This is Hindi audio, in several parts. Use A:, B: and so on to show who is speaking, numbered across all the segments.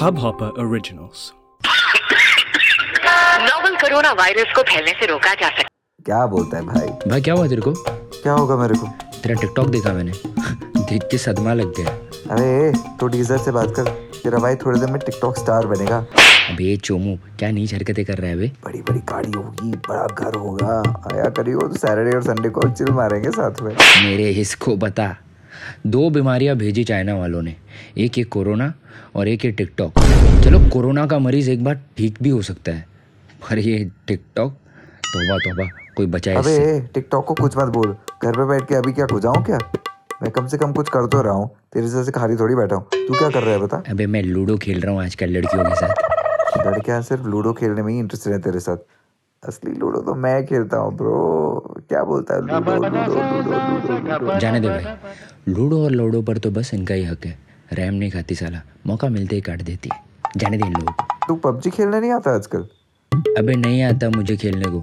A: Hopper originals
B: novel coronavirus को फैलने से रोका जा सकता
C: क्या बोलता है भाई
D: भाई क्या हुआ तेरे को
C: क्या होगा मेरे को
D: तेरा टिकटॉक देखा मैंने देख के सदमा लग गया
C: अरे तू डीजर से बात कर तेरा भाई थोड़ी देर में टिकटॉक स्टार बनेगा
D: अबे चोमू क्या नीच हरकतें कर रहा है बे
C: बड़ी बड़ी गाड़ी होगी बड़ा घर होगा आया करियो तो सैटरडे और संडे को चिल मारेंगे साथ में
D: मेरे इसको बता दो बीमारियां भेजी चाइना वालों ने एक ये कोरोना और एक ये टिकटॉक चलो कोरोना का मरीज एक बार ठीक भी हो सकता है पर ये टिकटॉक तोबा तोबा कोई बचाए
C: अबे
D: इससे
C: टिकटॉक को कुछ मत बोल घर पे बैठ के अभी क्या खुजाऊं क्या मैं कम से कम कुछ कर तो रहा हूँ तेरे जैसे खाली थोड़ी बैठा हूँ तू क्या कर रहा है बता
D: अबे मैं लूडो खेल रहा हूँ आजकल लड़कियों के साथ
C: लड़कियां सिर्फ लूडो खेलने में ही इंटरेस्टेड है तेरे साथ असली लूडो तो मैं खेलता हूँ ब्रो क्या बोलता है Ludo Ludo Ludo Ludo Ludo
D: जाने दे भाई लूडो और लोडो पर तो बस इनका ही हक है रैम नहीं खाती साला मौका मिलते ही काट देती है जाने दे इन लोगों को
C: तू पबजी खेलने नहीं आता आजकल
D: अबे नहीं आता मुझे खेलने को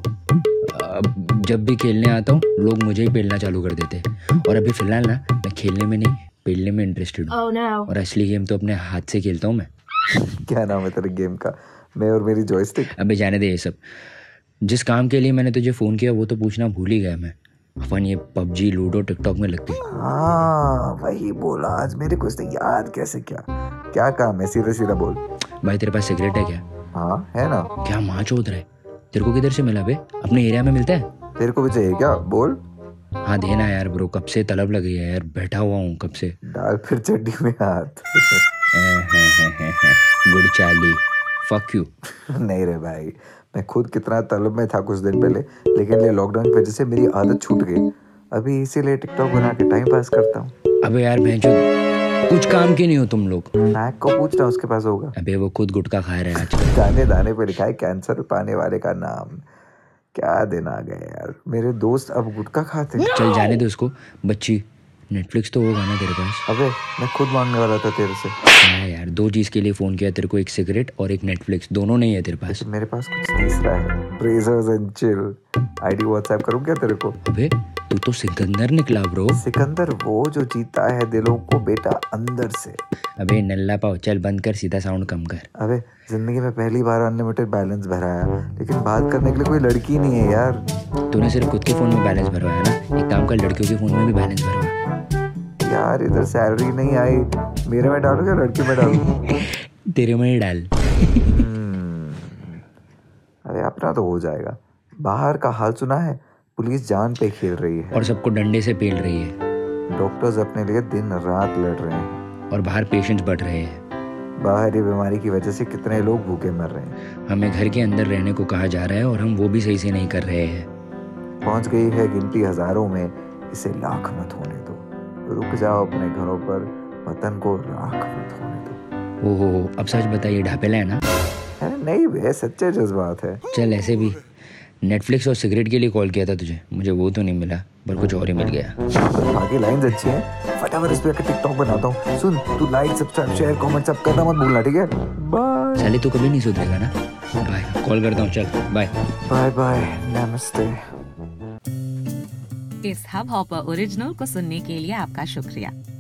D: अब जब भी खेलने आता हूँ लोग मुझे ही पेलना चालू कर देते हैं। और अभी फिलहाल ना मैं खेलने में नहीं पेलने में इंटरेस्टेड हूँ
E: Oh no.
D: और असली गेम तो अपने हाथ से खेलता हूँ मैं
C: क्या नाम है तेरे गेम का मैं और मेरी जॉयस्टिक
D: अबे जाने दे ये सब जिस काम के लिए मैंने तुझे फ़ोन किया वो तो पूछना भूल ही गया मैं अपन ये पबजी लूडो टिकटॉक में लगती है।
C: हाँ वही बोला आज मेरे को इसने याद कैसे क्या क्या काम है सीधा सीधा बोल
D: भाई तेरे पास सिगरेट है क्या
C: हाँ है ना
D: क्या माँ चौध रहा है तेरे को किधर से मिला बे अपने एरिया में मिलता है
C: तेरे को भी चाहिए क्या बोल
D: हाँ देना यार ब्रो कब से तलब लगी है यार बैठा हुआ हूँ कब से
C: डाल फिर चड्डी में हाथ
D: गुड चाली फक यू
C: नहीं रे भाई मैं खुद कितना तलब में था कुछ दिन पहले लेकिन ये लॉकडाउन की वजह से मेरी आदत छूट गई अभी इसीलिए टिकटॉक बना के टाइम पास करता हूँ
D: अबे यार भैंचो कुछ काम के नहीं हो तुम लोग
C: नाक को पूछ रहा उसके पास होगा
D: अबे वो खुद गुटखा खा रहे हैं आजकल
C: दाने दाने पे लिखा है कैंसर पाने वाले का नाम क्या दिन आ गए यार मेरे दोस्त अब गुटखा खाते हैं
D: चल जाने दे उसको बच्ची नेटफ्लिक्स तो होगा ना तेरे पास
C: अबे मैं खुद मांगने वाला था तेरे से
D: हाँ यार दो चीज़ के लिए फ़ोन किया तेरे को एक सिगरेट और एक नेटफ्लिक्स दोनों नहीं है तेरे पास
C: तो मेरे पास कुछ तीसरा है Brazzers and chill ID WhatsApp करूँ क्या तेरे को
D: अबे तू तो सिकंदर निकला ब्रो
C: सिकंदर वो जो जीता है दिलों को बेटा अंदर से
D: अबे नल्ला पाओ चल बंद कर सीधा साउंड कम कर
C: अबे जिंदगी में पहली बार अनलिमिटेड बैलेंस भराया लेकिन बात करने के लिए कोई लड़की ही नहीं है यार
D: तूने सिर्फ खुद के फ़ोन में बैलेंस भरवाया ना एक काम कर लड़कियों के फ़ोन में भी बैलेंस भरवा
C: यार इधर सैलरी नहीं आई मेरे में डालो क्या लड़की में डालो
D: तेरे में ही डाल
C: अरे हम्म। अपना तो हो जाएगा बाहर का हाल सुना है पुलिस जान पे खेल रही है
D: और सबको डंडे से पेल रही है
C: डॉक्टर्स अपने लिए दिन रात लड़ रहे हैं
D: और बाहर पेशेंट्स बढ़ रहे हैं
C: बाहरी बीमारी की वजह से कितने लोग भूखे मर रहे हैं
D: हमें घर के अंदर रहने को कहा जा रहा है और हम वो भी सही से नहीं कर रहे हैं
C: पहुंच गई है गिनती हजारों में इसे लाख मत होने दो रुक जाओ अपने घरों पर वतन को राख मत होने दो
D: ओहो अब सच बताइए ढापेला है ना
C: अरे नहीं बे सच्चे जज्बात है
D: चल ऐसे भी नेटफ्लिक्स और सिगरेट के लिए कॉल किया था तुझे मुझे वो तो नहीं मिला पर कुछ और ही मिल गया
C: बाकी लाइन अच्छी हैं फटाफट इस पे आके टिकटॉक बनाता हूँ सुन तू लाइक सब्सक्राइब शेयर कमेंट सब करना मत भूलना ठीक है बाय
D: साले तो कभी नहीं सुधरेगा ना बाय कॉल करता हूँ चल बाय
C: बाय बाय नमस्ते
F: इस हब हॉपर ओरिजिनल को सुनने के लिए आपका शुक्रिया